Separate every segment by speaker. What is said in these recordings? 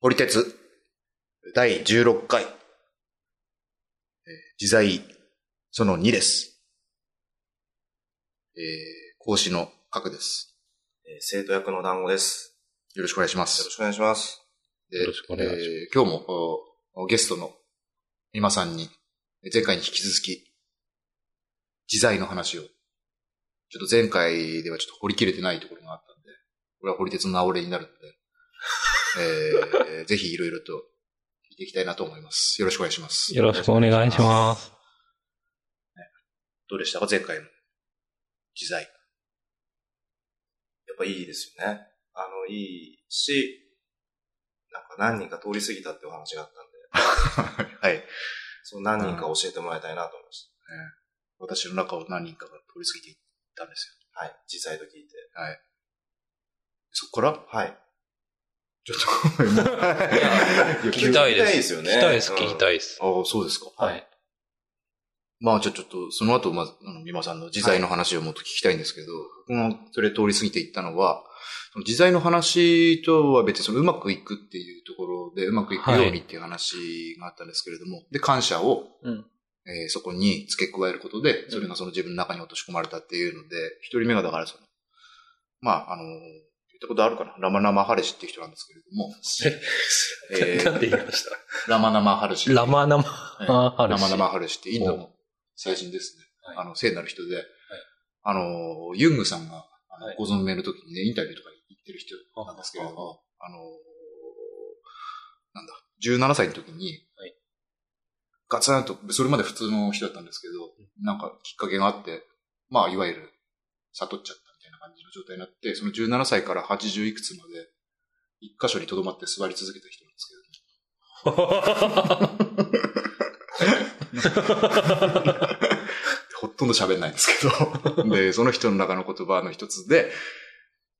Speaker 1: 堀鉄、第16回、えー自在、その2です。えー、講師の角です。
Speaker 2: えー生徒役の団子です。
Speaker 1: よろしくお願いしま
Speaker 2: よ
Speaker 1: す
Speaker 2: ろ。しくお願いします。
Speaker 1: で
Speaker 3: よろしくお願いします
Speaker 1: えー今日もおゲストの今さんに、前回に引き続き、自在の話を、ちょっと前回ではちょっと掘り切れてないところがあったんで、これは掘り鉄の直れになるんで、 えーぜひいろいろと聞いていきたいなと思います。よろしくお願いします。
Speaker 3: よろしくお願いします。
Speaker 1: どうでしたか前回の自在。
Speaker 2: やっぱいいですよね。あの、いいし、なんか何人か通り過ぎたってお話があったんで、
Speaker 1: はい。
Speaker 2: その何人か教えてもらいたいなと思いまし
Speaker 1: 私の中を何人かが通り過ぎていったんですよ。
Speaker 2: た。はい。実際と聞いて。
Speaker 1: そこから
Speaker 2: はい。
Speaker 1: ちょっともう、
Speaker 3: 聞きたい
Speaker 2: 聞き
Speaker 3: で
Speaker 2: たい
Speaker 3: す。
Speaker 2: ですよね
Speaker 3: 聞きたいです、
Speaker 2: うん
Speaker 3: 聞きたいです。
Speaker 1: ああ、そうですか。
Speaker 3: はい。
Speaker 1: まあ、じゃあちょっと、その後、まず、あの、美馬さんの自在の話をもっと聞きたいんですけど、僕もそれ通り過ぎていったのは、その自在の話とは別にそのうまくいくっていうところで、うまくいくようにっていう話があったんですけれども、で、感謝を、
Speaker 3: うん
Speaker 1: えーそこに付け加えることで、それがその自分の中に落とし込まれたっていうので、一、人目がだからその、まあ、あの、言ったことあるかな、ラマナマハレジっていう人なんですけれど も、えー
Speaker 3: て言いました
Speaker 1: ラマナマハレジ。
Speaker 3: ラマナマ
Speaker 1: ええ
Speaker 3: ハル
Speaker 1: ラマ
Speaker 3: シ
Speaker 1: ナマハルシってインドの聖人ですね。あの、聖なる人で、あの、ユングさんが、あの
Speaker 3: はい
Speaker 1: ご存命の時にね、インタビューとかに行ってる人なんですけれども、あの、なんだ、17歳の時に
Speaker 3: はい、
Speaker 1: ガツンと、それまで普通の人だったんですけど、なんかきっかけがあって、まあ、いわゆる、悟っちゃったみたいな感じの状態になって、その17歳から80いくつまで、一箇所に留まって座り続けた人なんですけど、ほとんど喋んないんですけど。で、その人の中の言葉の一つで、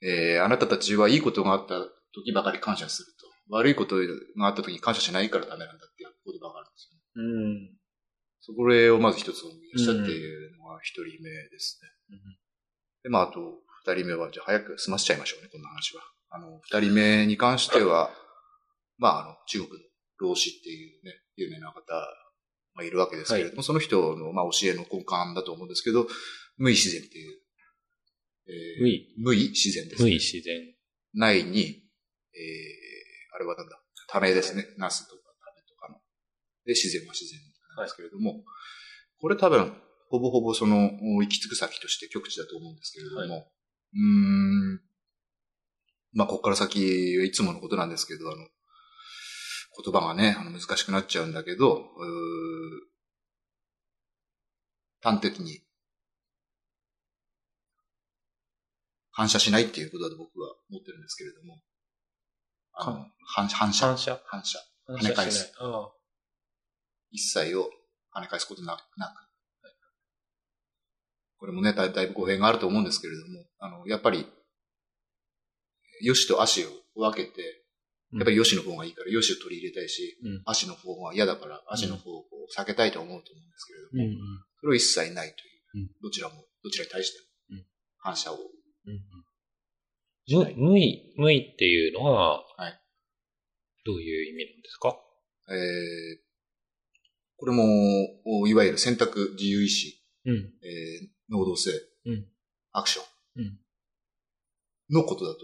Speaker 1: えーあなたたちはいいことがあった時ばかり感謝すると。悪いことがあった時に感謝しないからダメなんだっていう言葉があるんですよね。
Speaker 3: うん。
Speaker 1: そこれをまず一つ思い出したっていうのが一人目ですね。
Speaker 3: うん
Speaker 1: で、まあ、あと二人目は、じゃあ早く済ませちゃいましょうね、こんな話は。あの、二人目に関して は、まあ、あの、中国の老子っていうね、有名な方まあ、いるわけですけれども、その人の、まあ、教えの根幹だと思うんですけど、無意自然っていう、えー
Speaker 3: 無意
Speaker 1: 無意自然です、
Speaker 3: 無
Speaker 1: ね。
Speaker 3: 意自然。
Speaker 1: ないに、えー、あれはなんだ、種ですね。ナスとか種とかの。で、自然は自然なんですけれども、これ多分、ほぼほぼその、行き着く先として極地だと思うんですけれども、うーん、まあ、ここから先はいつものことなんですけど、あの、言葉がね、あの難しくなっちゃうんだけど、うー端的に、反射しないっていうことだと僕は思ってるんですけれども、あの反反射、
Speaker 3: 反射。
Speaker 1: 反射、
Speaker 3: 反
Speaker 1: 跳ね返す
Speaker 3: 射しない。ああ
Speaker 1: 一切を跳ね返すことなく、なく。これもね、だいだいぶ語弊があると思うんですけれども、あの、やっぱり、よしと足を分けて、やっぱりよしの方がいいから、よしを取り入れたいし、
Speaker 3: うん
Speaker 1: 足の方が嫌だから、足の方を避けたいと思うと思うんですけれども、
Speaker 3: うんうん
Speaker 1: それを一切ないというう、どちらも、どちらに対して
Speaker 3: う
Speaker 1: も
Speaker 3: ん、
Speaker 1: 反射を
Speaker 3: うん
Speaker 1: しない。
Speaker 3: 無無意、無意っていうのは、
Speaker 1: はい
Speaker 3: どういう意味なんですか
Speaker 1: えーこれも、おいわゆる選択自由意志
Speaker 3: うん。
Speaker 1: えー能動性、
Speaker 3: うん
Speaker 1: アクション、
Speaker 3: うん
Speaker 1: のことだと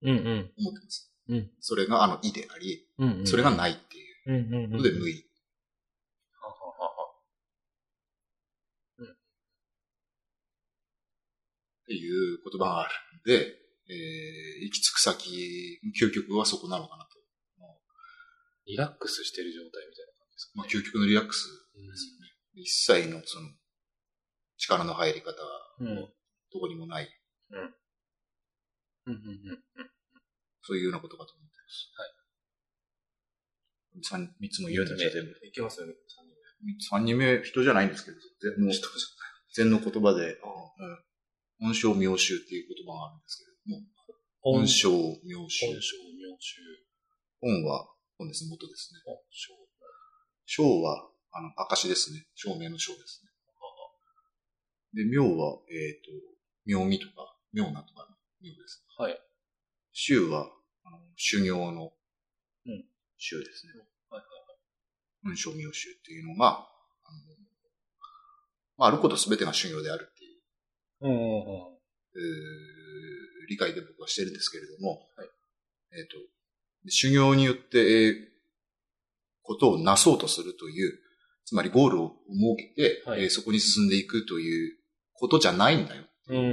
Speaker 3: うんうん。
Speaker 1: 思ってます。
Speaker 3: うん
Speaker 1: それがあの、意であり、
Speaker 3: うんうん。
Speaker 1: それがないってい
Speaker 3: うんうんうん、
Speaker 1: うので無意。
Speaker 3: はははは
Speaker 1: っていう言葉があるんで、えー行き着く先、究極はそこなのかなと。
Speaker 3: リラックスしてる状態みたいな感じですか
Speaker 1: まあ、
Speaker 3: ね。
Speaker 1: 究極のリラックスですよね。一切のその、力の入り方、
Speaker 3: うん。うん
Speaker 1: どこにもない、
Speaker 3: うんうんうん。
Speaker 1: そういうようなことかと思ってます。はい。三、三つも言うんですよ、全部。
Speaker 2: いけますよね、三人
Speaker 1: 三人目、人じゃないんですけど、全もう
Speaker 2: 人じ
Speaker 1: 禅の言葉で、うん、音章妙衆っていう言葉があるんですけれども、音章妙衆。
Speaker 3: 本性、妙中、
Speaker 1: 音は、音ですね、元ですね。
Speaker 3: 本性。
Speaker 1: 章は、あの、証ですね。証明の章ですね。で、妙は、えっ、と、妙味とか、妙なとかの妙ですね。
Speaker 3: はい。
Speaker 1: 衆は、あの修行の
Speaker 3: うん
Speaker 1: 州ですね。
Speaker 3: はい
Speaker 1: 文章名州っていうのが、あのまあ、あることすべてが修行であるっていう
Speaker 3: うんうんうん。
Speaker 1: えー理解で僕はしてるんですけれども、
Speaker 3: はい
Speaker 1: えっ、と、修行によって、えーことをなそうとするという、つまりゴールを設けて、
Speaker 3: はい
Speaker 1: えーそこに進んでいくということじゃないんだよ。
Speaker 3: うんうん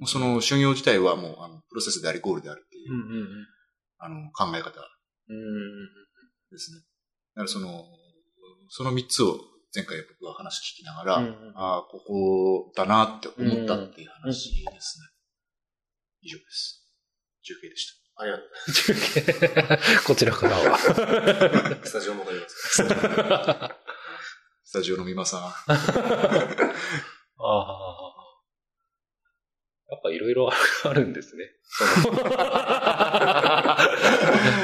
Speaker 1: もうその修行自体はもう、あの、プロセスでありゴールであるっていう、
Speaker 3: うん。うんうんうん。
Speaker 1: あの、考え方
Speaker 3: うん
Speaker 1: ですね。だからその、その三つを前回僕は話聞きながら、
Speaker 3: うんうん
Speaker 1: ああ、ここだなって思ったっていう話ですね。以上です。中継でした。
Speaker 2: ありがと
Speaker 3: 中継こちらからは。
Speaker 2: う。スタジオ戻ります。
Speaker 1: スタジオの三馬さん。
Speaker 3: ああ。やっぱいろいろあるんですね。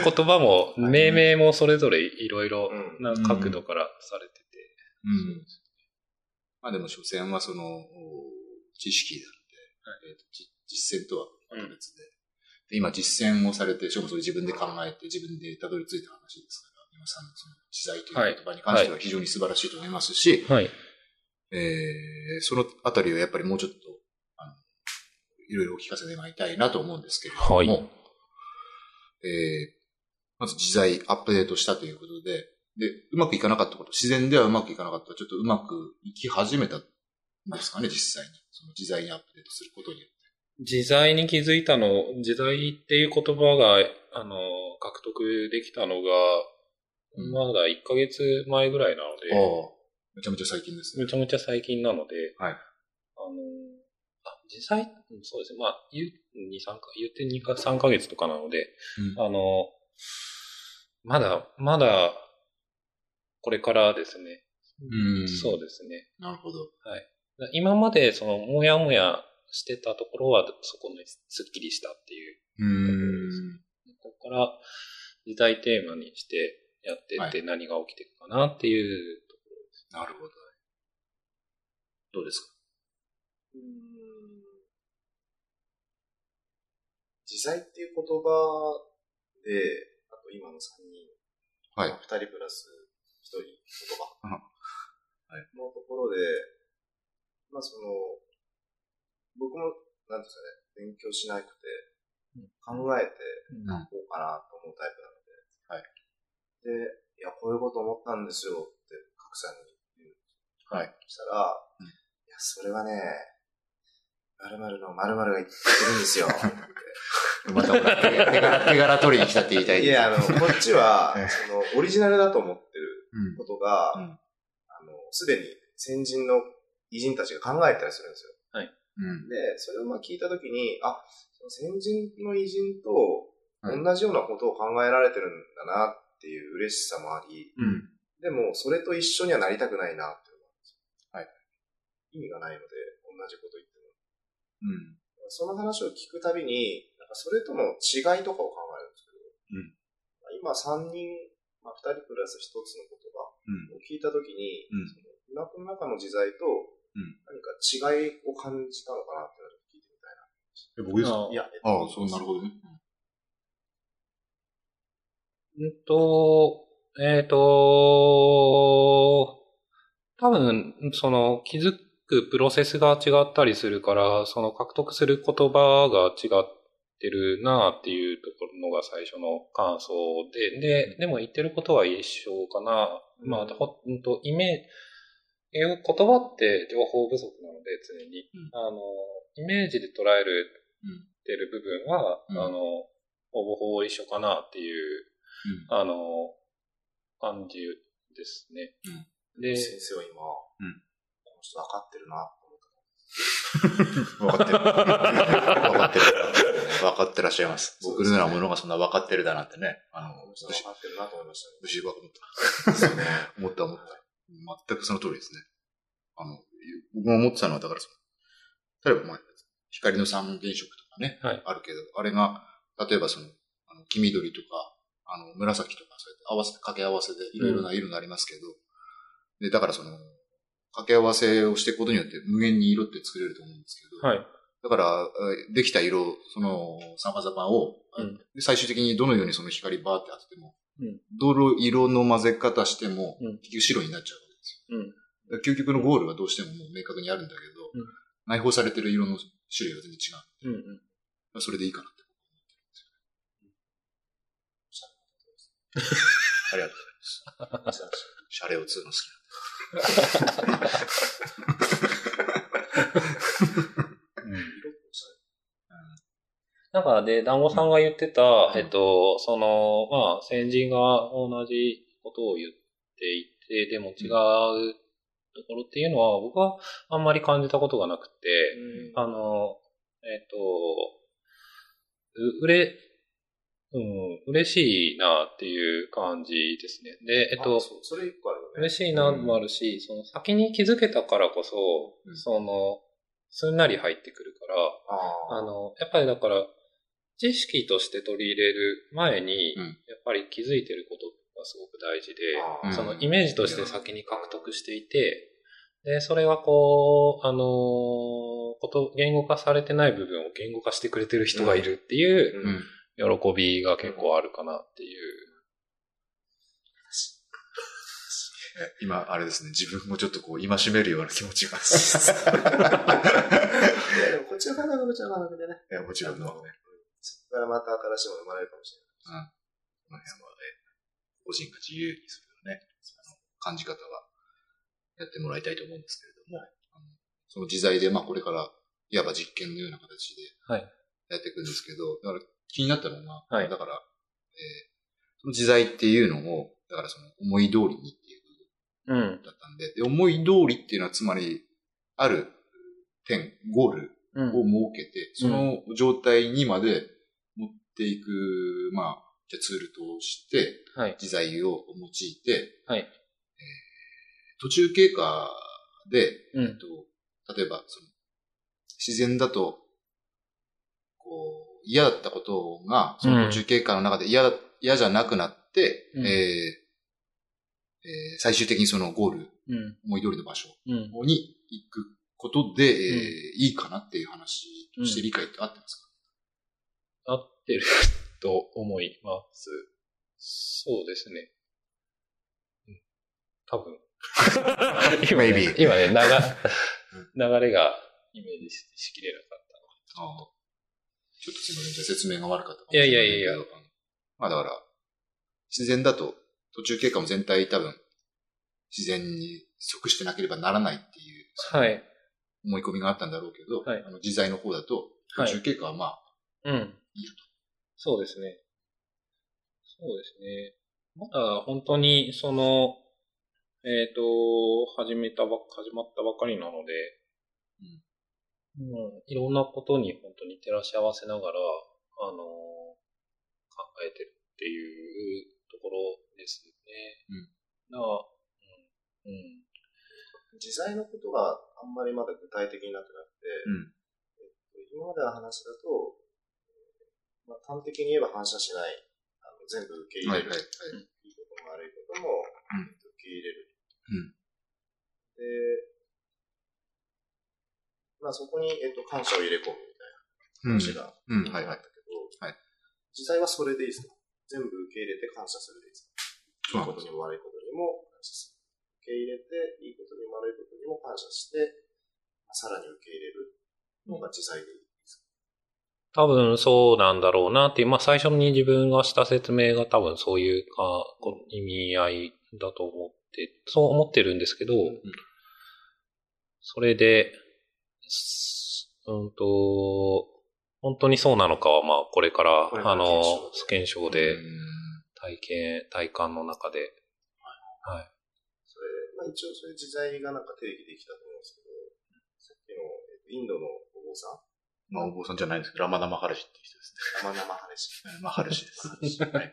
Speaker 3: 言葉も、命名もそれぞれいろいろ
Speaker 2: うん
Speaker 3: な角度からされてて。
Speaker 1: うん。まあでも、所詮はその、お知識なので、えーとじ実践とはまた別で。で今、実践をされて、しかもそれ自分で考えて、自分でたどり着いた話ですから、三馬さんのその、自在という言葉に関しては非常に素晴らしいと思いますし、
Speaker 3: はい。
Speaker 1: えーそのあたりをやっぱりもうちょっと、あの、いろいろお聞かせ願いたいなと思うんですけれども、
Speaker 3: はい
Speaker 1: えーまず自在アップデートしたということで、で、うまくいかなかったこと、自然ではうまくいかなかった、ちょっとうまくいき始めたんですかね、実際に。その自在にアップデートすることによって。
Speaker 3: 自在に気づいたの、自在っていう言葉が、あの、獲得できたのが、
Speaker 1: うん
Speaker 3: まだ1ヶ月前ぐらいなので、
Speaker 1: ああ、めちゃめちゃ最近ですね。
Speaker 3: めちゃめちゃ最近なので、
Speaker 1: はい
Speaker 3: あの、あ実際、うんそうですね。まあ、言う、2、3か、言って2か3ヶ月とかなので、あの、まだ、まだ、これからですね。
Speaker 1: うん。うん
Speaker 3: そうですね。
Speaker 1: なるほど。
Speaker 3: 今まで、その、もやもやしてたところは、そこにスッキリしたっていう。
Speaker 1: う
Speaker 3: うん
Speaker 1: ん。
Speaker 3: ここから、時代テーマにしてやってって何が起きていくかなっていうところ
Speaker 1: なるほど。どうですか
Speaker 2: 自在っていう言葉で、あと今の3人、
Speaker 1: はい
Speaker 2: 2人プラス1人言葉
Speaker 1: うんはい
Speaker 2: のところで、まあその、僕も、なんていうんですかね、勉強しなくて
Speaker 3: うん、
Speaker 2: 考えて
Speaker 1: うん
Speaker 2: こうかなと思うタイプなの
Speaker 1: は
Speaker 2: で、
Speaker 1: い
Speaker 2: で、いや、こういうこと思ったんですよって、各さんに言う
Speaker 1: はい。
Speaker 2: したら、
Speaker 1: うん
Speaker 2: いや、それはね、〇〇の〇〇が言ってるんですよ。
Speaker 1: またほら手手柄、手柄取りに来た って言いたい
Speaker 2: い
Speaker 1: です
Speaker 2: や、あの、こっち は
Speaker 1: ええ、
Speaker 2: その、オリジナルだと思ってる
Speaker 1: うん
Speaker 2: ことが、
Speaker 1: うん
Speaker 2: あの、すでに先人の偉人たちが考えたりするんですよ。
Speaker 1: うん。
Speaker 2: で、それをまあ聞いたときに、あ、その先人の偉人と
Speaker 1: うん
Speaker 2: 同じようなことを考えられてるんだなっていう嬉しさもあり、
Speaker 1: うん。
Speaker 2: でも、それと一緒にはなりたくないなって思うんですよ。
Speaker 1: はい。
Speaker 2: 意味がないので、同じこと言っても。
Speaker 1: うん。
Speaker 2: その話を聞くたびに、なんかそれとの違いとかを考えるんですけど、今3人、まあ、2人プラス1つの言葉を聞いたときに、
Speaker 1: うん
Speaker 2: その今の中の自在と
Speaker 1: ん
Speaker 2: 何か違いを感じたのかなっていうのを聞いてみたい
Speaker 1: え、僕ですか
Speaker 3: あ
Speaker 2: な。いや、えっと
Speaker 1: ああ、そう、なるほどね。
Speaker 3: うんと、えっ、と、多分、その、気づくプロセスが違ったりするから、その獲得する言葉が違ってるなっていうところのが最初の感想で、で、でも言ってることは一緒かな。
Speaker 2: うん
Speaker 3: まあ、ほんと、イメージ、言葉って情報不足なので、常
Speaker 1: う
Speaker 3: に。
Speaker 1: ん
Speaker 3: あの、イメージで捉える
Speaker 1: うん。
Speaker 3: ってる部分は、
Speaker 1: うん
Speaker 3: あの、ほぼほぼ一緒かなっていう、あの、感じですね。で、
Speaker 2: 先生は今、
Speaker 1: ん
Speaker 2: この人分かってるなと思った。
Speaker 1: うん。分かってる。 分かってる。 分かってらっしゃいます。僕のようなものがそんな分かってるだなんてね。あの
Speaker 2: この、人分かってるなと思いまし
Speaker 1: むしろ思った。
Speaker 2: たね。そうね
Speaker 1: 思った思った。全くその通りですね。あの、僕も思ってたのは、だからその、例えばまあ、光の三原色とかね、
Speaker 3: はい
Speaker 1: あるけど、あれが、例えばその、あの黄緑とか、あの、紫とか、そうやって合わせて、掛け合わせでいろいろな色がありますけど、で、だからその、掛け合わせをしていくことによって無限に色って作れると思うんですけど、
Speaker 3: はい。
Speaker 1: だから、えーできた色、その、様々を、
Speaker 3: うん
Speaker 1: で最終的にどのようにその光バーって当てても、
Speaker 3: うん
Speaker 1: 泥色の混ぜ方しても
Speaker 3: うん、
Speaker 1: 結局白になっちゃうわけですよ。
Speaker 3: うん
Speaker 1: だから究極のゴールはどうしてももう明確にあるんだけど、
Speaker 3: うん
Speaker 1: 内包されてる色の種類が全然違う。
Speaker 3: うんうん。
Speaker 1: まあそれでいいかなって。ありがとうございます。 シャレオ2の好きなんで
Speaker 3: なんかで、団子さんが言ってた、
Speaker 1: ん
Speaker 3: えっと、その、まあ、先人が同じことを言っていて、でも違うところっていうのは、僕はあんまり感じたことがなくて、あの、えっと、う、うれ、うん、嬉しいなっていう感じですね。で、えっと
Speaker 2: あ、そうそれ一個あるよね。
Speaker 3: 嬉しいなもあるし、その先に気づけたからこそ、
Speaker 1: うん
Speaker 3: その、すんなり入ってくるから、
Speaker 2: あ
Speaker 3: あ
Speaker 2: あ。
Speaker 3: の、やっぱりだから、知識として取り入れる前に、
Speaker 1: うん
Speaker 3: やっぱり気づいてることがすごく大事で、
Speaker 2: あー
Speaker 1: うん
Speaker 3: そのイメージとして先に獲得していて、で、それがこう、あのーこと、言語化されてない部分を言語化してくれてる人がいるっていう、
Speaker 1: うん
Speaker 3: 喜びが結構あるかなっていう。
Speaker 1: 今、あれですね、自分もちょっとこう、戒めるような気持ち が。い
Speaker 2: いやでもこっちの感覚、こっちの感覚でね。
Speaker 1: やもちろんの、ね、
Speaker 2: そこからまた新しいもの生まれるかもしれない。
Speaker 1: この辺はね、個人が自由にするね、あの感じ方はやってもらいたいと思うんですけれども、あのその自在で、まあこれから、いわば実験のような形で
Speaker 3: はい、
Speaker 1: やっていくんですけど、だから気になったのは、
Speaker 3: はい
Speaker 1: だから、えーその自在っていうのを、だからその思い通りにっていう
Speaker 3: うん。
Speaker 1: だったんで、で思い通りっていうのはつまり、ある点、ゴール
Speaker 3: うん。
Speaker 1: を設けて、その状態にまで持っていく、まあ、じゃあツールとして、
Speaker 3: はい。
Speaker 1: 自在を用いて、
Speaker 3: はい
Speaker 1: えー途中経過で、
Speaker 3: う
Speaker 1: えっ
Speaker 3: ん。
Speaker 1: と例えばその、自然だと、こう、嫌だったことが、その途中経過の中で嫌だ、嫌じゃなくなって、
Speaker 3: うん
Speaker 1: えーえー最終的にそのゴール、
Speaker 3: うん。
Speaker 1: 思い通りの場所
Speaker 3: うん。
Speaker 1: に行くことで、えー
Speaker 3: うん
Speaker 1: いいかなっていう話として理解ってあってますか、
Speaker 3: 合ってると思います。そうですね。うん多分。 今ね
Speaker 1: Maybe
Speaker 3: 今ね、流、流れがイメージししきれなかっ
Speaker 1: ああちょっとすみません、じゃあ説明が悪かったかも
Speaker 3: いやいやいやいや
Speaker 1: しれないけどまあだから、自然だと途中経過も全体多分、自然に即してなければならないっていう
Speaker 3: た。はい。
Speaker 1: 思い込みがあったんだろうけど、
Speaker 3: はい
Speaker 1: あの自在の方だと、途
Speaker 3: はい
Speaker 1: 中経過はまあ、
Speaker 3: うん。そうですね。そうですね。まだ本当に、その、えっ、と、始めたばっ、始まったばかりなので、うん。いろんなことに本当に照らし合わせながら、あのー考えてるっていうところですね。うん。だから、うん。うん。
Speaker 2: 自在のことがあんまりまだ具体的になってなくて、今までの話だと、まあ、端的に言えば反射しない。あの全部受け入
Speaker 1: はい
Speaker 2: れ
Speaker 1: はい
Speaker 2: る。
Speaker 1: はい
Speaker 2: い、いことも悪いことも、
Speaker 1: ん
Speaker 2: 受け入れる。
Speaker 1: うん
Speaker 2: で、まあそこに、えっと、感謝を入れ込む
Speaker 1: うん
Speaker 2: みたいな話が
Speaker 1: うん、はいはい。
Speaker 2: だけど、
Speaker 1: はい
Speaker 2: 実際はそれでいいですか全部受け入れて感謝するでいいです
Speaker 1: そう
Speaker 2: か
Speaker 1: ないん
Speaker 2: いこ
Speaker 1: で
Speaker 2: と
Speaker 1: す
Speaker 2: にも悪いことにも感謝する。受け入れて、いいことにも悪いことにも感謝して、さらに受け入れるのが自在でいいですか
Speaker 3: 多分そうなんだろうなっていう、まあ最初に自分がした説明が多分そういうか、こう意味合いだと思って、そう思ってるんですけど、
Speaker 2: うん
Speaker 3: それで、すうんと、本当にそうなのかはまあこれから、
Speaker 2: これから
Speaker 3: あの
Speaker 2: 検証、
Speaker 3: 検証で
Speaker 1: うん、
Speaker 3: 体験、体感の中で、
Speaker 2: それ、まあ一応そういう自在がなんか定義できたと思うんですけど、さっきの、えっとインドのお坊さん、
Speaker 1: まあ、お坊さんじゃないんですけど、ラマダマハルシっていう人です
Speaker 2: ラマナマハレシ
Speaker 1: ね。マハルシです。はい
Speaker 2: さんと、えっ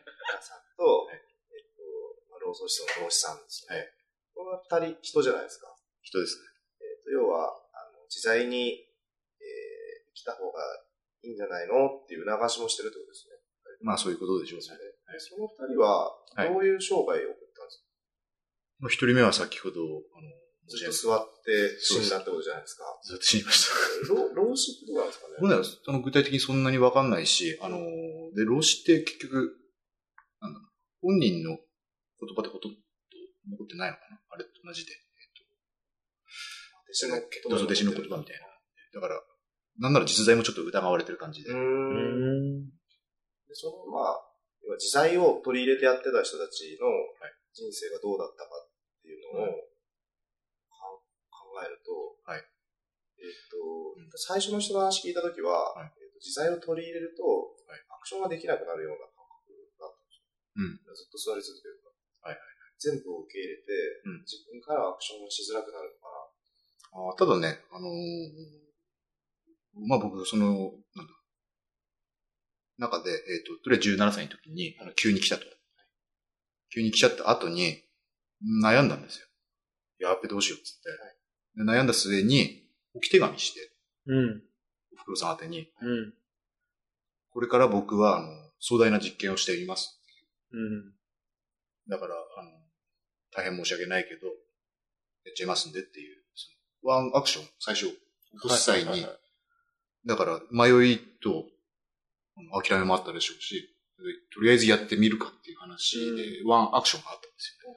Speaker 2: と、まあ、老僧師の老師さんですよね。この二人、人じゃないですか。
Speaker 1: 人ですね。
Speaker 2: えっと、要は、あの、自在に、えー、来た方がいいんじゃないのっていう促しもしてるってことですね。
Speaker 1: まあ、そういうことでしょうね。
Speaker 2: でその二人は、
Speaker 1: はい
Speaker 2: どういう商売を送ったんです
Speaker 1: まあ一人目は先ほど、あの、
Speaker 2: か、ずっと座って死んだってことじゃないですか。
Speaker 1: ずっと死にました。
Speaker 2: 老老子ってことなんですかね。
Speaker 1: 僕ね、その具体的にそんなにわかんないし、あの、で、老子って結局、なんだろう本人の言葉でほとんど残ってないのかなあれと同じで。
Speaker 2: 弟子の言葉
Speaker 1: どうぞ弟子の言葉みたいな。だから、なんなら実在もちょっと疑われてる感じで。
Speaker 2: うん。で、その、まあ、要は自在を取り入れてやってた人たちの人生がどうだったかっていうのを、かん考えると、
Speaker 1: はい
Speaker 2: えっと
Speaker 1: うん、
Speaker 2: 最初の人の話聞いたときは、
Speaker 1: はい
Speaker 2: えっと自在を取り入れると、
Speaker 1: はい
Speaker 2: アクションができなくなるような感覚があったんですよ。ずっと座り続けるか
Speaker 1: はい
Speaker 2: ら。
Speaker 1: はい
Speaker 2: 全部を受け入れて、
Speaker 1: うん
Speaker 2: 自分からアクションがしづらくなるのか
Speaker 1: あー
Speaker 2: な。
Speaker 1: ただね、あのーまあ、僕、その、なんだ、中で、えっ、と、とりあえず17歳の時に、あの急に来たと。急に来ちゃった後に、悩んだんですよ。やっべ、どうしようっつって。で悩んだ末に、置き手紙して、
Speaker 3: うん。
Speaker 1: おふくろさん宛てに、
Speaker 3: うん。
Speaker 1: これから僕は、あの、壮大な実験をしています。
Speaker 3: うん。
Speaker 1: だから、あの、大変申し訳ないけど、やっちゃいますんでっていう、そのワンアクション、最初、起こす際
Speaker 3: はい
Speaker 1: に
Speaker 3: はいはい、
Speaker 1: だから、迷いと、あの諦めもあったでしょうし、でとりあえずやってみるかっていう話で、ワンアクションがあったんですよね。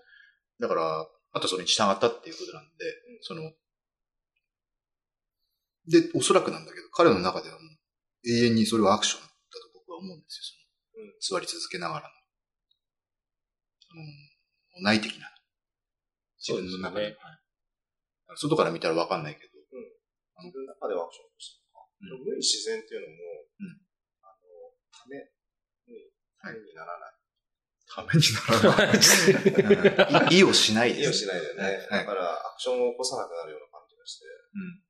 Speaker 1: だから、あとそれに従ったっていうことなんで、その、で、おそらくなんだけど、彼の中ではもう永遠にそれはアクションだと僕は思うんですよ。その座り続けながらの。その内的な。自分の中で。
Speaker 3: そうで
Speaker 1: はい外から見たらわかんないけど、
Speaker 2: 自分の中ではアクションをしたのか。無意自然っていうのも、
Speaker 1: うん
Speaker 2: あの、ため、無意、
Speaker 1: は
Speaker 2: た
Speaker 1: い
Speaker 2: めにな
Speaker 1: ためにな
Speaker 2: らな
Speaker 1: らないうん。意をしない
Speaker 2: い。
Speaker 1: で
Speaker 2: 意
Speaker 1: す。
Speaker 2: をしないでね。
Speaker 1: はい
Speaker 2: だから、アクションを起こさなくなるような感じがして、
Speaker 1: うん。うん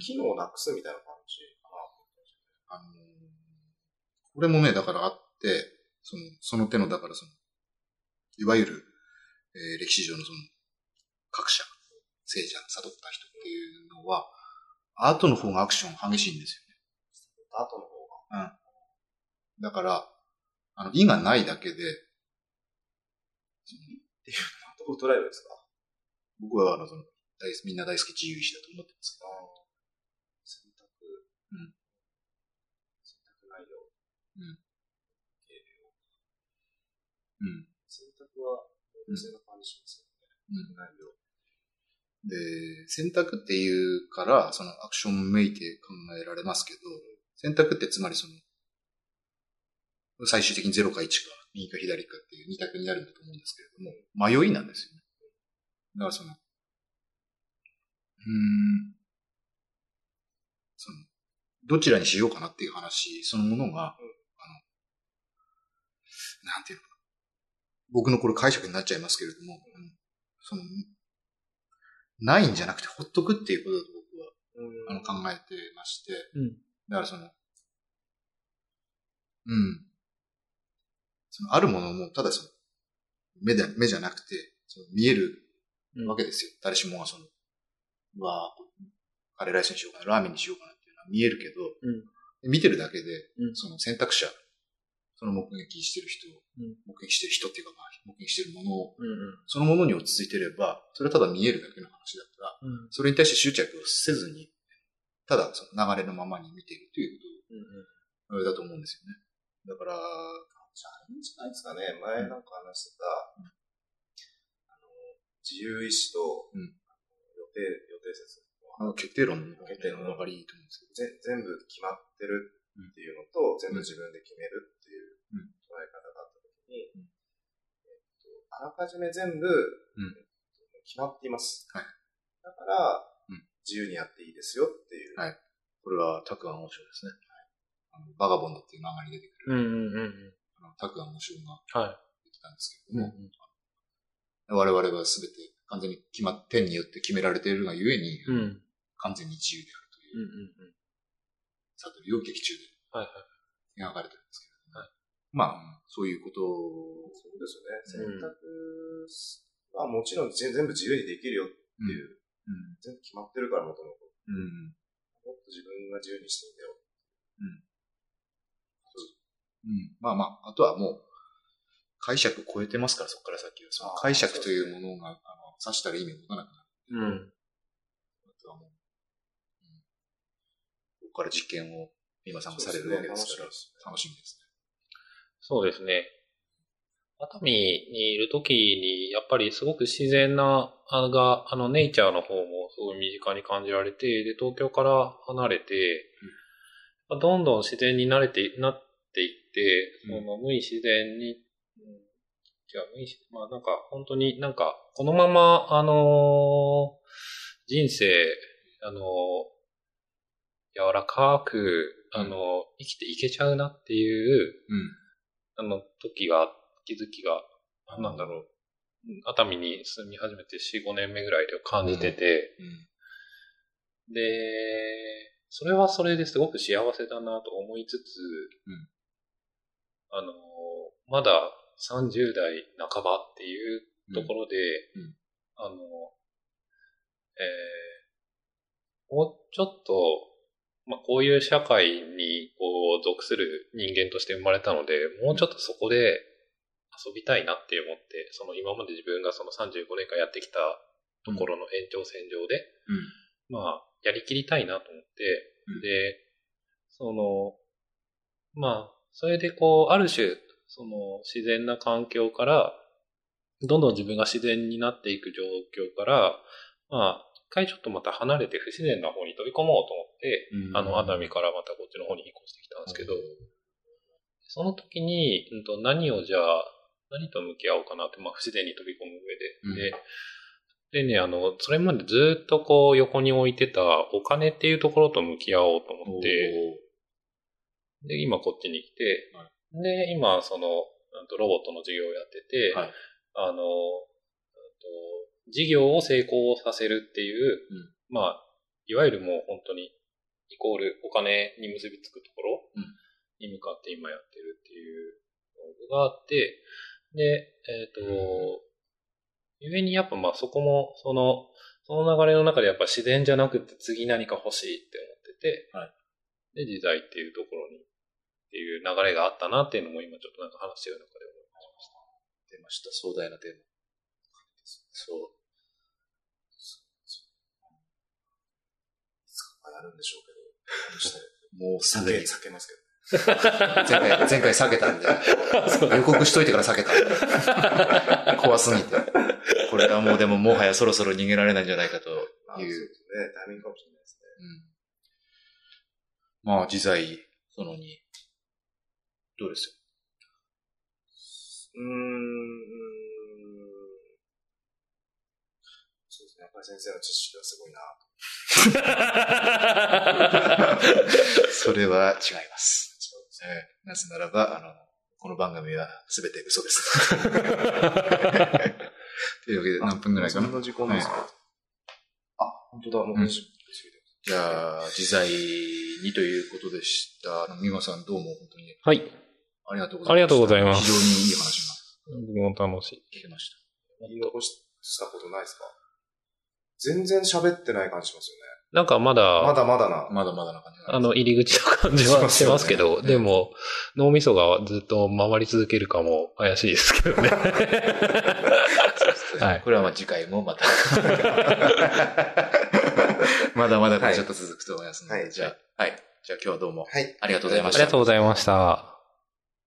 Speaker 2: 機能をなくすみたいな感じかな。
Speaker 1: あのーこれもね、だからあって、その、その手の、だからその、いわゆる、えー歴史上のその、各社、聖者、悟った人っていうのは、アートの方がアクション激しいんですよね。
Speaker 2: あとの方が。
Speaker 1: だから、あの、意がないだけで、
Speaker 2: どう捉えるんですか
Speaker 1: 僕はあの、その、大みんな大好き自由意志だと思ってますけど、
Speaker 2: 選択。
Speaker 1: うん
Speaker 2: 選択内容。
Speaker 1: うん。
Speaker 2: 選択は、
Speaker 1: うん
Speaker 2: 冷静な感じしますよね。
Speaker 1: うん
Speaker 2: 内容。
Speaker 1: で、選択っていうから、そのアクションめいて考えられますけど、選択ってつまりその、最終的に0か1か、右か左かっていう2択になるんだと思うんですけれども、迷いなんですよね。だからその、うーん、その、どちらにしようかなっていう話そのものが、あの、なんていうのかな。僕のこれ解釈になっちゃいますけれども、うんその、ないんじゃなくて、ほっとくっていうことだと
Speaker 2: うん。
Speaker 1: 僕はあの考えてまして、
Speaker 3: うん。
Speaker 1: だからその、うん。その、あるものも、ただその、目で、目じゃなくて、その見えるわけですよ。誰しもがその、うわぁ、カレーライスにしようかな、ラーメンにしようかなっていうのは見えるけど、見てるだけで、
Speaker 3: うん
Speaker 1: その選択者、その目撃してる人、
Speaker 3: うん
Speaker 1: 目撃してる人っていうか、まあ、目撃してるものを、
Speaker 3: うん。
Speaker 1: そのものに落ち着いてれば、それはただ見えるだけの話だから、
Speaker 3: うん。
Speaker 1: それに対して執着をせずに、ただその流れのままに見ているということだと思うんですよね。だから、
Speaker 2: じゃあ、あれじゃないですかね。前なんか話してた、あの、自由意志と、
Speaker 1: うん
Speaker 2: 予定、予定説。
Speaker 1: あの決定論の
Speaker 2: 決定論
Speaker 1: の分かりいいと思うんですけど。
Speaker 2: ぜ全部決まってるっていうのと、全部自分で決めるっていう
Speaker 1: うん
Speaker 2: 捉え方があったときに、
Speaker 1: うん
Speaker 2: えっと、あらかじめ全
Speaker 1: ん
Speaker 2: 部、えっと決まっています。
Speaker 1: はい
Speaker 2: だから、
Speaker 1: うん
Speaker 2: 自由にやっていいですよっていう。
Speaker 1: はいこれは、タクアン王将ですね。あのバガボンドっていう漫画に出てくる、
Speaker 3: うん。うん。うん。
Speaker 1: あのタクアン王将が
Speaker 3: は
Speaker 1: 出てたんですけれ
Speaker 3: い。
Speaker 1: ども、我々は全て完全に決まって、天によって決められているがゆえに、
Speaker 3: うん。うん。
Speaker 1: 完全に自由であるという、
Speaker 3: うん。
Speaker 1: 悟りを劇中で
Speaker 3: はい。
Speaker 1: 描かれてるんですけれども、まあ、そういうことを、
Speaker 2: そうです
Speaker 3: う
Speaker 2: よね。
Speaker 3: ん
Speaker 2: 選択す、まあもちろん全全部自由にできるよっていう、全部決まってるからもともと。
Speaker 1: うん、うん、
Speaker 2: もっと自分が自由にしていいんだよ。
Speaker 1: うん。まあまあ、あとはもう、解釈超えてますから、そこから先は。その
Speaker 2: あー
Speaker 1: 解釈というものが、あの、指したら意味持たなくなる。
Speaker 3: うん。
Speaker 1: あとはもう、うん、ここから実験を、今さんがされるわけですから、楽しみです
Speaker 3: そうですね。熱海にいる時に、やっぱりすごく自然な、あのが、あの、ネイチャーの方もすごい身近に感じられて、で、東京から離れて、まあどんどん自然に慣れて、なっていって、
Speaker 1: うん
Speaker 3: その、無意自然に、うん、違う、無意識、まあなんか、本当になんか、このまま、あのー人生、あのー柔らかく、あのー生きていけちゃうなっていう、あの時が、気づきが、あなんだろう、うん熱海に住み始めて4、5年目ぐらいで感じてて、で、それはそれですごく幸せだなと思いつつ、
Speaker 1: うん
Speaker 3: あの、まだ30代半ばっていうところで、
Speaker 1: うんうん
Speaker 3: あの、えーもうちょっと、まあ、こういう社会にこう属する人間として生まれたので、もうちょっとそこで遊びたいなって思って、その今まで自分がその35年間やってきたところの延長線上で、まあ、やりきりたいなと思って、
Speaker 1: うん
Speaker 3: で、その、まあ、それでこう、ある種、その自然な環境から、どんどん自分が自然になっていく状況から、まあ、一回ちょっとまた離れて不自然な方に飛び込もうと思って、あの、熱海からまたこっちの方に引っ越してきたんですけど、その時に、うん、と何をじゃあ、何と向き合おうかなって、まあ、不自然に飛び込む上で。で、でね、あの、それまでずっとこう横に置いてたお金っていうところと向き合おうと思って、で、今こっちに来て、
Speaker 1: は
Speaker 3: で、今その、うんとロボットの授業をやってて、
Speaker 1: はい
Speaker 3: あの、うんと事業を成功させるっていう、
Speaker 1: うん
Speaker 3: まあ、いわゆるもう本当に、イコールお金に結びつくところ
Speaker 1: うん
Speaker 3: に向かって今やってるっていうのがあって、で、えっ、と、ゆえにやっぱまあそこも、その、その流れの中でやっぱ自然じゃなくて次何か欲しいって思ってて、
Speaker 1: はい
Speaker 3: で、自在っていうところに、っていう流れがあったなっていうのも今ちょっとなんか話してる中で思
Speaker 1: 出ました。壮大なテーマ。そう。
Speaker 2: まあやるんでし ょうけど、そして
Speaker 1: もう
Speaker 2: 避
Speaker 1: すで
Speaker 2: け、
Speaker 1: に。
Speaker 2: 避けますけど。
Speaker 1: 前回、前回避けたんで。予告しといてから避けた。 怖すぎて。これはもうでももはやそろそろ逃げられないんじゃないかと
Speaker 2: まあ、そう
Speaker 1: い
Speaker 2: で
Speaker 1: う。
Speaker 2: すね。タイミングかもしれないですね。
Speaker 1: うん、まあ、自在、そのにどうです
Speaker 2: うーん。そうですね。やっぱり先生の知識はすごいな。
Speaker 3: いました。
Speaker 1: よ。それは違います。えーなぜならば、あの、この番組は全て嘘 です。というわけで何分ぐらいかな
Speaker 2: そんな時間ですか、あ、本当だ。もう
Speaker 1: うん
Speaker 2: 20分過ぎてる。
Speaker 1: じゃあ、自在にということでした。あの美馬さんどうも本当に
Speaker 3: はい。
Speaker 1: ありがとうございます。
Speaker 3: ありがとうございます
Speaker 1: 非常にいい話が
Speaker 3: 僕も楽しい。
Speaker 1: 聞けました。
Speaker 2: 言い残したことないですか全然喋ってない感じしますよね。
Speaker 3: なんかまだ、
Speaker 2: まだまだな。
Speaker 1: まだまだな感じ
Speaker 3: あの、入り口の感じはしてますけど、でも、脳みそがずっと回り続けるかも怪しいですけどね。
Speaker 1: は。
Speaker 3: はいい
Speaker 1: これはまあ次回もまた。 まだまだこれちょっと続くと思いますので、
Speaker 2: はい
Speaker 1: じゃあ、はい。じゃあ今日はどうも
Speaker 2: はい。
Speaker 1: ありがとうございました
Speaker 3: ありがとう。ございました。